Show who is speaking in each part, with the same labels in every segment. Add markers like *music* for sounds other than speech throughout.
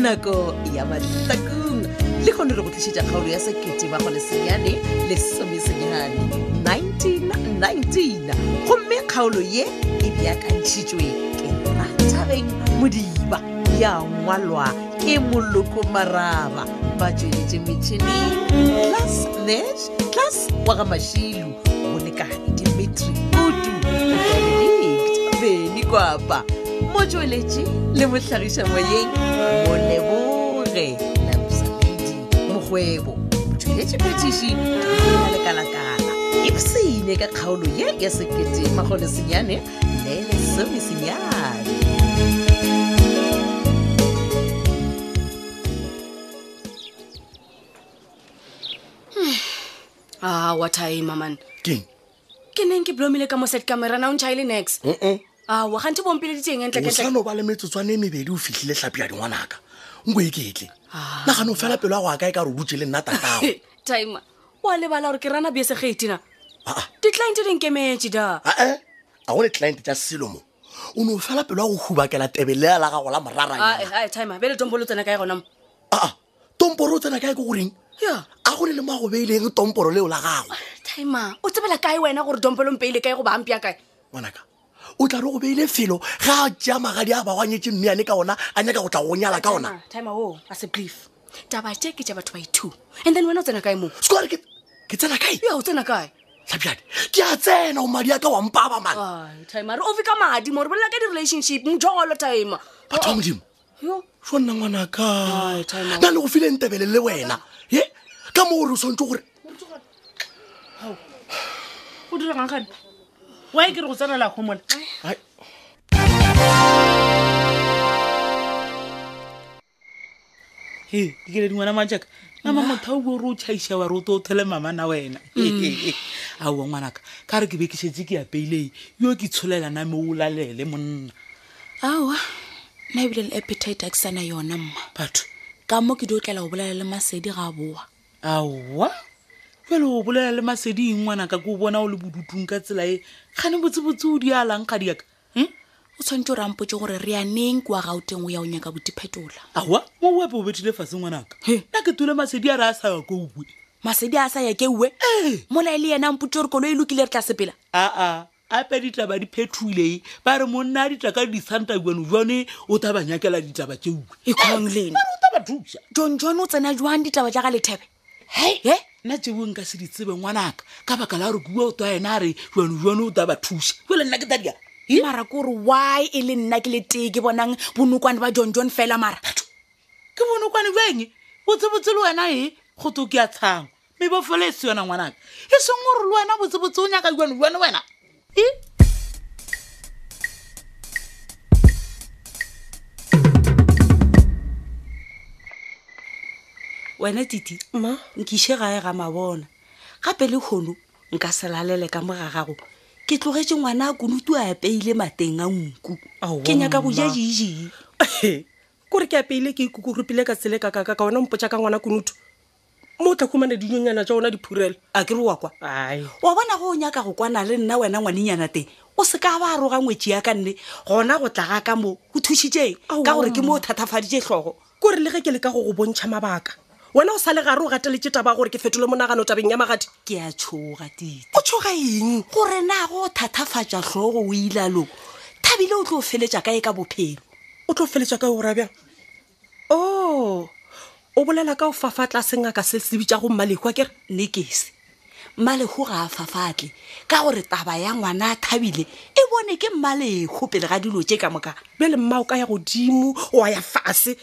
Speaker 1: nako ya mahlakong le kgone re go tlišetša kgaolo ya sekete ba go lesenyane le somesenyane 1919 gomme kgaolo ye e beakantšhitšwe ke ratabeng modiba ya ngwalwa ke moloko maraba ba tsweletše metšhineng clas nash clas wa ga mašilu go lekane dimitri kutu benedict beny kwapa mo tsweletše le mohlagiša moyeng moleboge lapsaledi mokgwebo motsweletše phetiši ka lekalakala epsene E ka kgaolo ye ya sekete magole senyane le lesome senyane
Speaker 2: Ah, a wa time man
Speaker 3: keng
Speaker 2: ke neng ke blomile ka moset camera na o ntšha e le Ah, nex
Speaker 3: oo
Speaker 2: awa gante bompileditseng entlekentle
Speaker 3: osano ba le metsotshwane e mebedi o fitlhile tlhapi ya dingwanaka nko e ketle nagano fela pelo ya go akae ka re o butse le nna *laughs* tatago
Speaker 2: *laughs* time wa lebala gore ke rana biesegetina
Speaker 3: aa
Speaker 2: di-client di nkemetse da
Speaker 3: ae a go le eh? client tsa selo mo o ne o fela pelo ya go hubakela tebelea la gago la moraranyana
Speaker 2: Ah, eh, ae time bele tompolo tsena kae gona mo
Speaker 3: aa ah. tomporo o tsena kae ke goreng
Speaker 2: ya
Speaker 3: a go ne le mo a go beileng tomporo leo la gago
Speaker 2: time o tsebela kae wena gore tompolo mpeile kae go baampia kae
Speaker 3: ngwanaka o tla re go beile felo ga a jea magadi a bagwanyetse mmeane ka ona a nyaka go tla go nyala ka ona
Speaker 2: time o a se brief taba te ke tja batho ba i-two and then wena o tsena kae mo
Speaker 3: sekore ke ke tsena kae
Speaker 2: ya o tsena kae
Speaker 3: tlhapiane e. ke a tsena o madi a ka wampaba mana
Speaker 2: Ai, time a re ofe ka madi mo re bolela ka di-relationship mojolo time
Speaker 3: batho ba modimo
Speaker 2: Yo.
Speaker 3: so nna ngwanaka
Speaker 2: Ai, time out.
Speaker 3: na le go file ntebele le wena e ka moo re o swantse gore
Speaker 4: go diregang gane wa e ke re go tsenela gomona
Speaker 3: Ai,
Speaker 4: e dikele dingwana majaka ama motho o bore o tšhaiša wa re o to o thole mamana wena
Speaker 3: Mm.
Speaker 4: aowa ngwanaka ka re ke be ke šetse ke apeilei yo ke tsholela name o lalele monna
Speaker 5: aowa nna ebile le appetite a e ke sana yona mma
Speaker 4: batho
Speaker 5: ka mo ke di o tlela go bolela le masedi ga a boa
Speaker 4: aowa jale o bolela le maseding ngwanaka ke o bona o le bodutung ka tsela e gane botsebotse o di alang ga diaka
Speaker 5: o tshwanetse o rampotse gore re yaneng kwa gauteng o ya o nyaka botiphetola
Speaker 4: aowa mo boepe o betile fase ngwanaka
Speaker 5: He.
Speaker 4: nna ke tule masedi a re a sa ya ko bue
Speaker 5: masedi a sa ya ke uwe
Speaker 4: Ee.
Speaker 5: mola e le yena mpotse gore kolo e lokile re tla sepela
Speaker 4: aa ape ditaba di phethule ba re monna a ditla ka disanta jano jone o tla ba nyakela ditaba tseuwe
Speaker 5: e kgong le ena
Speaker 4: o tla ba thusa
Speaker 5: john john o tsena jwang ditaba jaaka lethebe
Speaker 4: hei
Speaker 5: e
Speaker 4: nna tseo nka se di tsebe ngwanaka ka baka la gore kua o twa ena a re jano jone o tla ba thusa jale nna ke tadika
Speaker 5: mara ke gore why e le nna ke le tee ke bonang bonokwane ba john john fela mara
Speaker 4: ke bone kwane jeng botsebotse le wena e go to ke a tshangwa mebofelo e se yona ngwanaka e seng gore le wena botsebotse o nyaka jano jone wena e
Speaker 6: wena titi
Speaker 2: Ma?
Speaker 6: nkiše gae ga mabona gape le kgono nka se lalele ka moga gago ke tlogetse ngwana a konotu a apeile mateng a nku
Speaker 2: Aowa,
Speaker 6: ke nyaka go ja
Speaker 2: mma.
Speaker 6: jijii
Speaker 2: kore ke apeile ke ikukorupile ka tsele kakaka ka ona mpotsa ka ngwana konutu mo o tla khumana dinyonyana tsa ona diphurela
Speaker 6: a ke re wa kwa
Speaker 2: ai
Speaker 6: wa bona go o nyaka go kwana le nna wena ngwanenyana teng o se ka ba roga ngwetsi ya ka nne gona go tla ga ka mo go thušitšeng ka gore ke mo o thathafaditše tlhogo
Speaker 2: kore le ge ke leka go go bontšha mabaka wena o sa le gare o gateletse taba ya gore ke fetole monagano tabeng ya magadi
Speaker 6: ke a tshoga titi
Speaker 2: o tshoga eng
Speaker 6: gore na go o thathafatša tlhogo o ilalo thabile o tlo o feletša kae ka bophelo
Speaker 2: o tlo feletswa ka ora bjang
Speaker 6: Oh.
Speaker 2: o o bolela ka o fafatla sengaka se se bitsa go mmalekwa kere
Speaker 6: nekese mmalego ga a fafatle ka gore taba ya ngwana a thabile e bone ke mmalego pele ga dilo tse ka moka *laughs*
Speaker 2: bjale mma o ka ya godimo oa ya fase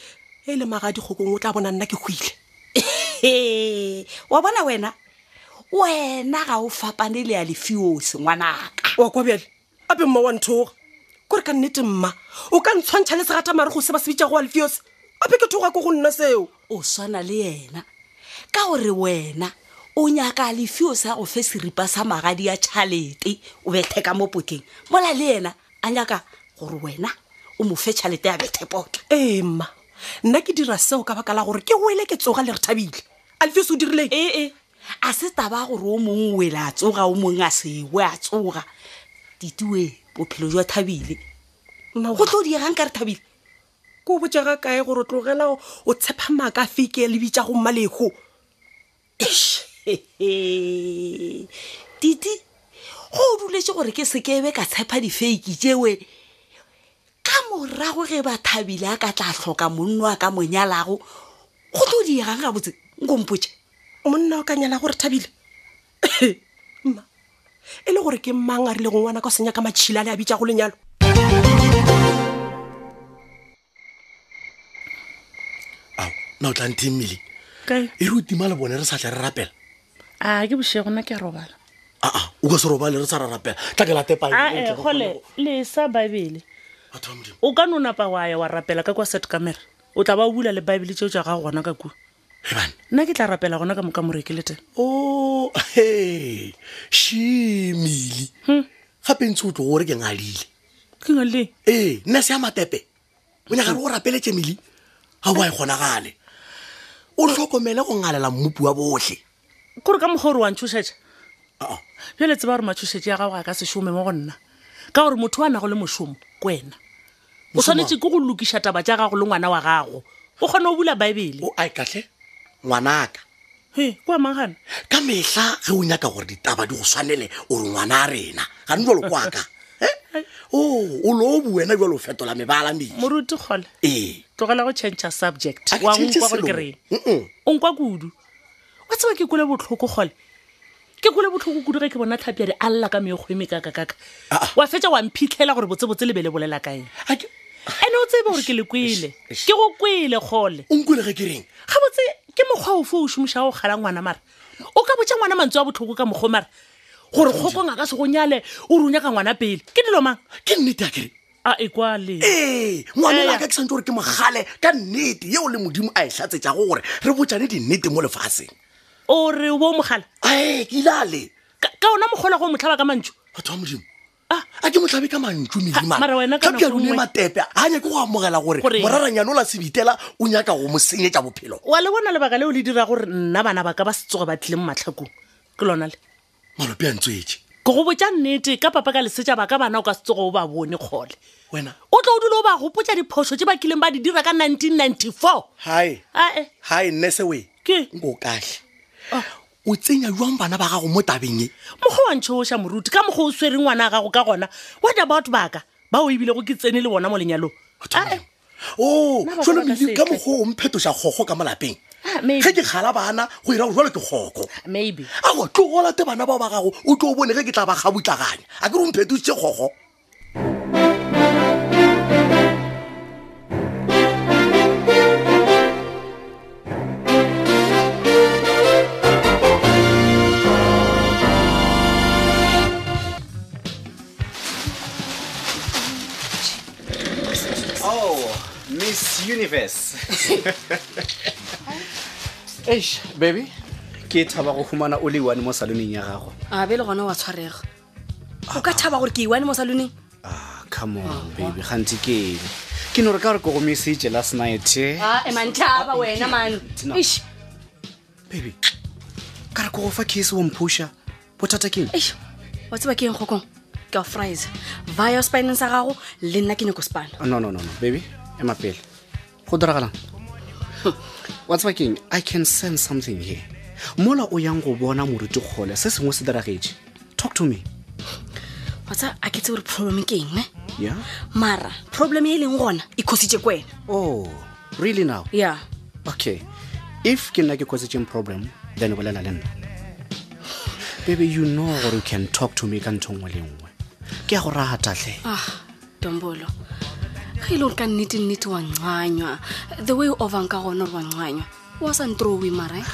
Speaker 2: e le magadi kgokong o tla bona nna ke hwile
Speaker 6: he wa bona wena wena ga o fapane le ya lefiose ngwanaka
Speaker 2: wa kwa bjale ape mma wa nthoga kore ka nnete mma o ka ntshwantšha le segata mare go se ba se bitsa go alfios ape ke thoga ko go nna seo
Speaker 6: o swana le yena ka gore wena o nyaka lefiose a go fe seripa sa magadi ya tšhalete o bethe ka mo poteng mola le yena a nyaka gore wena o mo fe tšhalete ya bethe poto
Speaker 2: ee mma nna ke dira seo ka baka la gore ke wele ke tsoga le re thabile alfios o dirileng
Speaker 6: ee a se taba gore o mongwe o ele a tsoga o mongwe a sewe a tsoga titiwe bophelo jwa thabile
Speaker 2: Mma wa-
Speaker 7: Ee,
Speaker 6: go tlo diegang ka re thabile
Speaker 2: ke o botjega kae gore o tlogela o- o tshepa maaka feke le bitša go mmalego
Speaker 6: tite go o duletse gore ke sekebe ka tshepa difeiki tsewe ka morago ge bathabile a ka tla tlhoka monno a ka monyalago go tlo di egang gabotse nkompotse
Speaker 2: monna o ka nyala gore thabile mma e le gore ke mang a rileng ngwana ka o senya ka matšhila le a bitša go lenyalo
Speaker 3: ao na o tlang teng mmele
Speaker 7: kae
Speaker 3: e re o tima le bone re sa tle re rapela
Speaker 7: a ke boshe gona ke a robala
Speaker 3: aa o ka se robale re sa ra rapela tla ke
Speaker 7: ae
Speaker 3: latepaebatho
Speaker 7: gole Eh, le sa bibele
Speaker 3: ba modimo
Speaker 7: o ka no napa wa ya wa rapela ka kwa set camera o tla ba o bula le bibele tseo tsa gago gona ka kua
Speaker 3: ebane
Speaker 7: nna ke tla rapela gona ka moka moreke le teng
Speaker 3: o he shemile
Speaker 7: Hmm.
Speaker 3: gape ntse o tlo gore ke ngadile
Speaker 7: ke nga le
Speaker 3: ee nna se ya matepe o nyaka re go rapeletse mele ga oa e kgonagale o tlhokomele go ngalela mmupi wa botlhe
Speaker 7: kore ka mokgwa ore wa ntšhošetša Ah,
Speaker 3: Aa.
Speaker 7: bjale tseba gore matšhošetše ya gago a ka sešome mo go nna ka gore motho o a nago le mošomo ke wena o tshwanetse ke go lokiša taba tša gago le ngwana wa gago o kgone o bula baebele
Speaker 3: o a katlhe ngwanaka
Speaker 7: e kua mangana
Speaker 3: ka mehla ge o nyaka gore ditaba di go swanele ore ngwana a rena ga ne jalo kwaka Eh? o o lo o buwena jalo o fetola mebala medi
Speaker 7: moruti kgole
Speaker 3: ee
Speaker 7: tlogela go change subject
Speaker 3: Ha ke
Speaker 7: wa
Speaker 3: change
Speaker 7: nkwa gore ke
Speaker 3: selo.
Speaker 7: reng
Speaker 3: Mm-mm.
Speaker 7: o nkwa kudu wa tseba ke kole botlhoko gole ke kole botlhoko kudu ge ke bona tlhapiadi a lla ka meekgweme kakakaka
Speaker 3: Ah-ah.
Speaker 7: wa fetsa wa mphitlhela gore botsebotse lebe le bolela ka eng
Speaker 3: Ha ke-
Speaker 7: ande o tsebe gore ke le kwele
Speaker 3: eish.
Speaker 7: ke go kwele gole
Speaker 3: o nkwele ge ke reng
Speaker 7: ga botse ke mokgwa ofe o šomošago go kgala ngwana mara o ka botsa ngwana mantswe a botlhoko ka mokgwa mara gore kgokong a ka se go nyale o re o nyaka ngwana pele ke dilo mang
Speaker 3: ke nnete ya kere
Speaker 7: a e kwa le
Speaker 3: ee ngwanela ka ke santse gore ke mogale ka nnete yeo le modimo a e tlatsetsa gore re botsane dinnete mo lefatsheng
Speaker 7: o re o bo o mogala
Speaker 3: ae ke ile a le
Speaker 7: ka ka ona mogola go o motlhaba ka mantšho
Speaker 3: batho ba modimo
Speaker 7: Ah.
Speaker 3: a ke motlhabe ka mantso
Speaker 7: mara wena ka nako
Speaker 3: medimagapeadone
Speaker 7: nngwe-
Speaker 3: matepe a nyake go amogela gore
Speaker 7: Gore-
Speaker 3: moraranyane o la sebitela o nyaka go mo senyetsa bophelo
Speaker 7: wa le bona lebaka leo le dira gore nna bana ba ka ba setsogo ba tlile mo matlhakong ke lona le
Speaker 3: malope a ntswetse
Speaker 7: ke go botsa nnete ka papa ka lesetša ba ka bana o ka setsogo o ba bone kgole
Speaker 3: wena
Speaker 7: o tlo o dule o ba gopotsa diphoso tse ba kileng ba di dira ka 1994
Speaker 3: hai
Speaker 7: ae
Speaker 3: hai nnesewe
Speaker 7: ke Ah.
Speaker 3: nko katlhe o tsenya jwang bana ba gago mo tabeng e
Speaker 7: mokgwa wa ntšhooša moruti ka mokgwa o swere ngwana a gago ka gona what about baka bao ebile go ke tsene le bona mo lenyalong
Speaker 3: Batho ba
Speaker 7: Ah, eh.
Speaker 3: Modimo. Oh, o
Speaker 7: Nna ba
Speaker 3: jalo
Speaker 7: bona ka
Speaker 3: mele ka
Speaker 7: setle.
Speaker 3: mokgwa o mphetoša kgokgo ka mo lapeng
Speaker 7: Ah, maybe.
Speaker 3: ge ke kgala bana go ira gore jalo ke kgoko
Speaker 7: maybe
Speaker 3: ao tlogolate bana bao ba gago o tlo o bone ge ke tla ba gabutlaganya a ke re o mphetošitše kgokgo
Speaker 8: Oh, Miss Universe. *laughs* Eish, baby. Ke thaba go humana o le one mo saloneng ya gago.
Speaker 6: a be le gona wa tshwarega o ka thaba gore ke iwane mo saloneng
Speaker 8: Ah, come on, baby. Ganti ke eng? Ke no re ka re go go message last night. eh?
Speaker 6: ae mantlhaba wena man
Speaker 8: Tina.
Speaker 6: Eish,
Speaker 8: Baby. Ka re go go fa case wa mphusha. Botata ke eng?
Speaker 6: eish. wa tseba ke eng kgokong ke a fries via spineng sa gago le nna ke nyako spana
Speaker 8: Oh, No, no, no, no, baby. Ema pele. Go diragalang? *laughs* Hm, Wa tseba ke eng? I can sense something here. Mola o yang go bona moruti kgole se sengwe se diragetse. Talk to me.
Speaker 6: wa tseba a ke tse gore problem ke eng e
Speaker 8: Yeah?
Speaker 6: mara problem e e leng gona e kgositse ko wena
Speaker 8: Oh, really now?
Speaker 6: ya
Speaker 8: okay if ke nna ke causetseng problem then bolela le nna baby you know gore you can talk to me ka ntho nngwe le nngwe ke ya go ratatlhe
Speaker 6: ah dombolo ge e le gore ka nnete-nnete wa ncanywa the way o overng ka gona gore wa ncanywa wa sa ntrowe mara eh?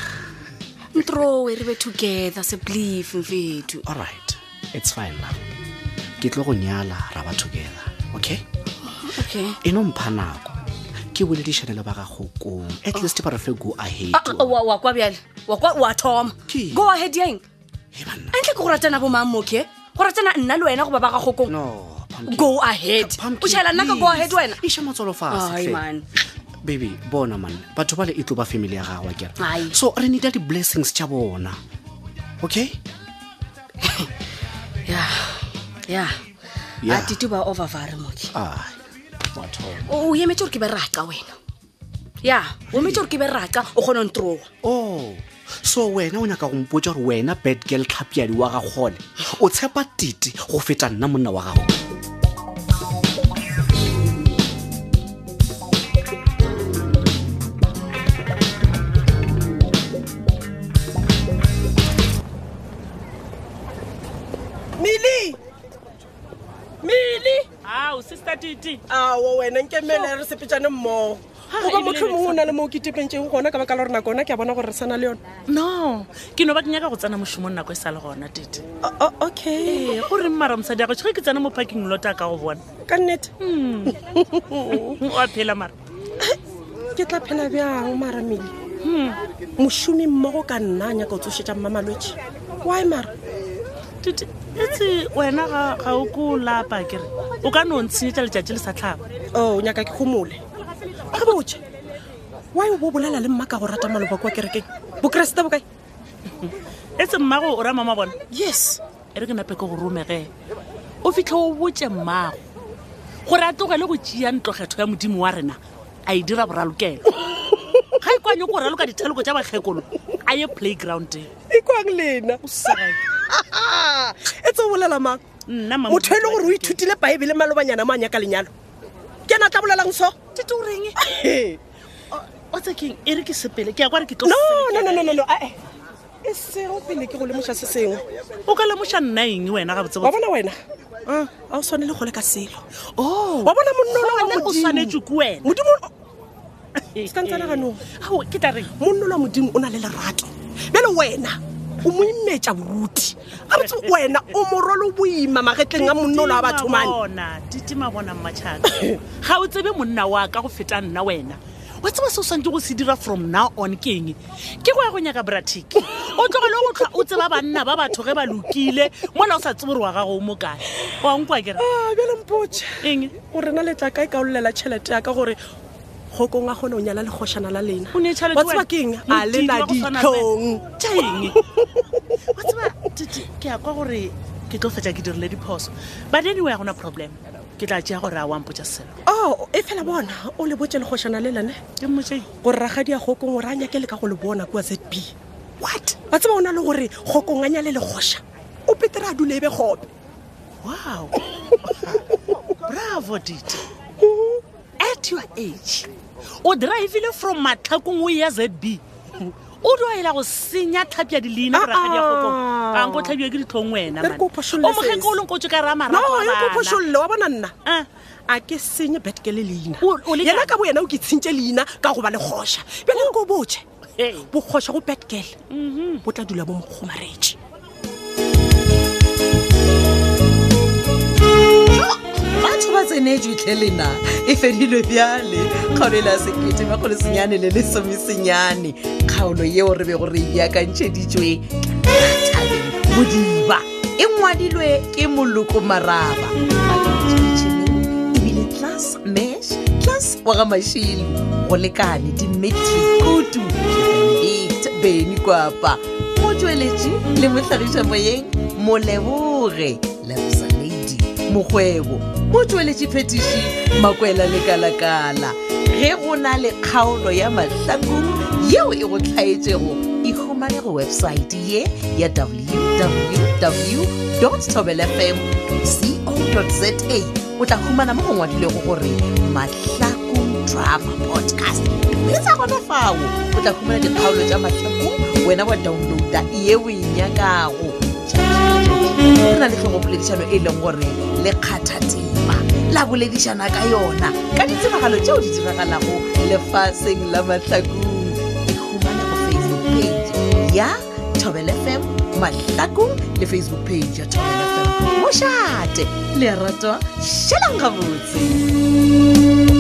Speaker 6: ntrowe re be together se belief mfethu
Speaker 8: all right it's fine now ke tlo go nyala ra ba together okay
Speaker 6: okay
Speaker 8: e no mpha nako ke boledišane le ba gago kong at least ba re fe go ahead
Speaker 6: Ah, ah, wa wa kwa bjale wa kwa wa thoma
Speaker 8: Ke?
Speaker 6: go ahead yang
Speaker 8: He banna.
Speaker 6: a ntle ke go ratana bo mang moke go ratana nna le wena go ba ba gagokong
Speaker 8: no pumpkin.
Speaker 6: go ahead
Speaker 8: Pumpkin,
Speaker 6: o tšhaela nna ka go ahead wena
Speaker 8: please. iša matswalo
Speaker 6: Ai,
Speaker 8: fase
Speaker 6: man.
Speaker 8: baby bona man batho ba le e tlo ba family ya gagwe kere
Speaker 6: Ai.
Speaker 8: so re needa di-blessings tša bona okay
Speaker 6: ya ya
Speaker 8: Yeah.
Speaker 6: a tite ba overvare moke
Speaker 8: Ai. wa thoma
Speaker 6: o emetse gore ke be raka wena ya o emetse gore ke be raka o kgone go ntroa
Speaker 8: o Oh, so wena o nyaka go mpotsa gore wena bad girl tlhapiadi wa gagole o tshepa tite go feta nna monna wa gago
Speaker 2: mele mele
Speaker 7: ao sister tite
Speaker 2: ao wena nkemele re sepetsane mmogo
Speaker 7: Ha,
Speaker 2: goba
Speaker 7: ebile
Speaker 2: motlho
Speaker 7: re
Speaker 2: mongwe o
Speaker 7: sa-
Speaker 2: na le moo ketepentsego gona ka baka la gore nako ona ke a bona gore re sana le yone
Speaker 7: no ke no ba ke nyaka go tsena mošomong nako e sa le gona tite
Speaker 2: O- o- okay
Speaker 7: ee goreng mara mosadi ya go tshege ke tsena mo parking lot a ka go bona
Speaker 2: ka nnete
Speaker 7: o a phela mara
Speaker 2: ke tla phela bjang mara mele
Speaker 7: Hmm.
Speaker 2: mošomi mmogo ka nna a nyaka o tsošetša mmamalwetse wy mara
Speaker 7: tite etse wena ga- ga o ko lapa kere o ka no ntshenyetsa letšatši le sa tlhaba
Speaker 2: o Oh, nyaka ke gomole a botse wy o bo bolela le mma ka go rata maloba kwa kerekeng bokeresete bokae
Speaker 7: etse mmago o rama mabona
Speaker 2: yes
Speaker 7: e re ke nape ke go romege o fitlhe o botse mmago gore a tlogele go tšea ntlokgetho ya modimo wa rena a e dira
Speaker 2: *laughs*
Speaker 7: boralokelo ga e kwanye ko raloka dithaloko tša bakgekolo a ye playgroundeng
Speaker 2: ikwang lena *laughs* e tse o bolela mang
Speaker 7: nna
Speaker 2: motho e le gore o ithutile baebele malobanyana mo a nyaka lenyalo ke ena a tla bolelang so
Speaker 7: tete o reng
Speaker 2: Eh.
Speaker 7: o tsekeng e re ke sepele ke ya kware ke tlo
Speaker 2: no
Speaker 7: sepele,
Speaker 2: no no
Speaker 7: ke ya
Speaker 2: no,
Speaker 7: kwa-
Speaker 2: no no ae e sego pele ke go lemoša se sengwe
Speaker 7: o ka lemoša nna eng wena gabotsebo
Speaker 2: wa bona wena a Ah, o tshwane le gole ka selo wa bona monnoloa
Speaker 7: Oh, o tshwanetse ke wena
Speaker 2: modimo
Speaker 7: Eh,
Speaker 2: se ka ntsana
Speaker 7: eh.
Speaker 2: ganong
Speaker 7: Ao, ke tla reng
Speaker 2: monnoloa modimo o na le lerato bjale wena o mo imetša boruti gabotse wena o morwalo boima magetleng a monolo a bathomane
Speaker 7: titima bona mmatšhaka ga o tsebe monna wa ka go feta nna wena wa tseba se o swantse go se dira from now on ke eng ke go ya go nyaka bratic o tlogele go tlhwa o tseba banna ba batho ge ba lokile mola o sa tsebe gore wa gago o mokae wa nkwa kere
Speaker 2: a Ah, bjale mpotše
Speaker 7: eng
Speaker 2: gore na letla kae ka olela tšhelete ya ka gore kgokong a kgone o nyala legoshana la lena
Speaker 7: O ne tšhelete
Speaker 2: wa tseba
Speaker 7: wena?
Speaker 2: ke eng a lena
Speaker 7: Modidi wa go tshwana le
Speaker 2: ditlhong
Speaker 7: tša eng wa tseba tete ke ya kwa gore ke tlo fetsa ke dirile diphoso but anyway ga gona problem ke tla tšea gore a wampotsa selo
Speaker 2: o e fela bona o le botse legoshana le lene
Speaker 7: ke mmotse
Speaker 2: gore ragadi ya kgokong gore a nyake le ka go le bona kua z b what wa tseba o na le gore kgokong a nyale legosha o petere a dule e be gope
Speaker 7: wow bravo dite at your age o drive-ile from matlhakong o ya zb o di ela go senya tlhapi ya dileina boragadi ya gokong
Speaker 2: Ah-ah.
Speaker 7: anko tlhabiwa ke ditlhong wena
Speaker 2: E Ah. re
Speaker 7: man.
Speaker 2: ke o phošolle
Speaker 7: o mogeke
Speaker 2: sesi.
Speaker 7: o leng ko tso ka raya
Speaker 2: no yo ko
Speaker 7: marata
Speaker 2: phošolole wa bona nna
Speaker 7: Ah.
Speaker 2: a ke senye betke le leina
Speaker 7: O- o le
Speaker 2: yena
Speaker 7: kae?
Speaker 2: ka bo yena o ke tshintse leina ka goba legosha bjale ko botse
Speaker 7: Ee.
Speaker 2: bokgosha go betkel bo tla dula bo mokgomaretse
Speaker 1: batho ba tsenetswe tlhe lena e fedilwe bjale kgaolo la sekete makgolosenyane le lesomesenyane kgaolo yeo re bego re beakantšheditšwe thabeng modiba e ngwadilwe ke moloko maraba Bakeletšheditšeneng ebile class mash class wa ga mashilo go lekane dimetri kutu benedict beny kwapa motsweletši le motlhagiša moyeng moleboge lapsaladi mokgwebo motsweletši phetiši makwela lekalakala ge go na le kgaolo ya mahlakong yeo e go tlhaetšego e humane go websaete ye ya www tobelfm co za o tla humana mo go ngwadilego gore mahlakong drama podcast mme sa gona fao o tla humana dikgaolo tša mahlakong wena wa downloada ye o e nyakago go na le tlhogopoledišano e leng gore le kgathatema la boledišana ka yona ka ditsebagalo tšeo di diragalago lefaseng la mahlakong e humane go facebook page ya thobel fm mahlakong le facebook page ya thobel fm mošate lerato šhelang gabotse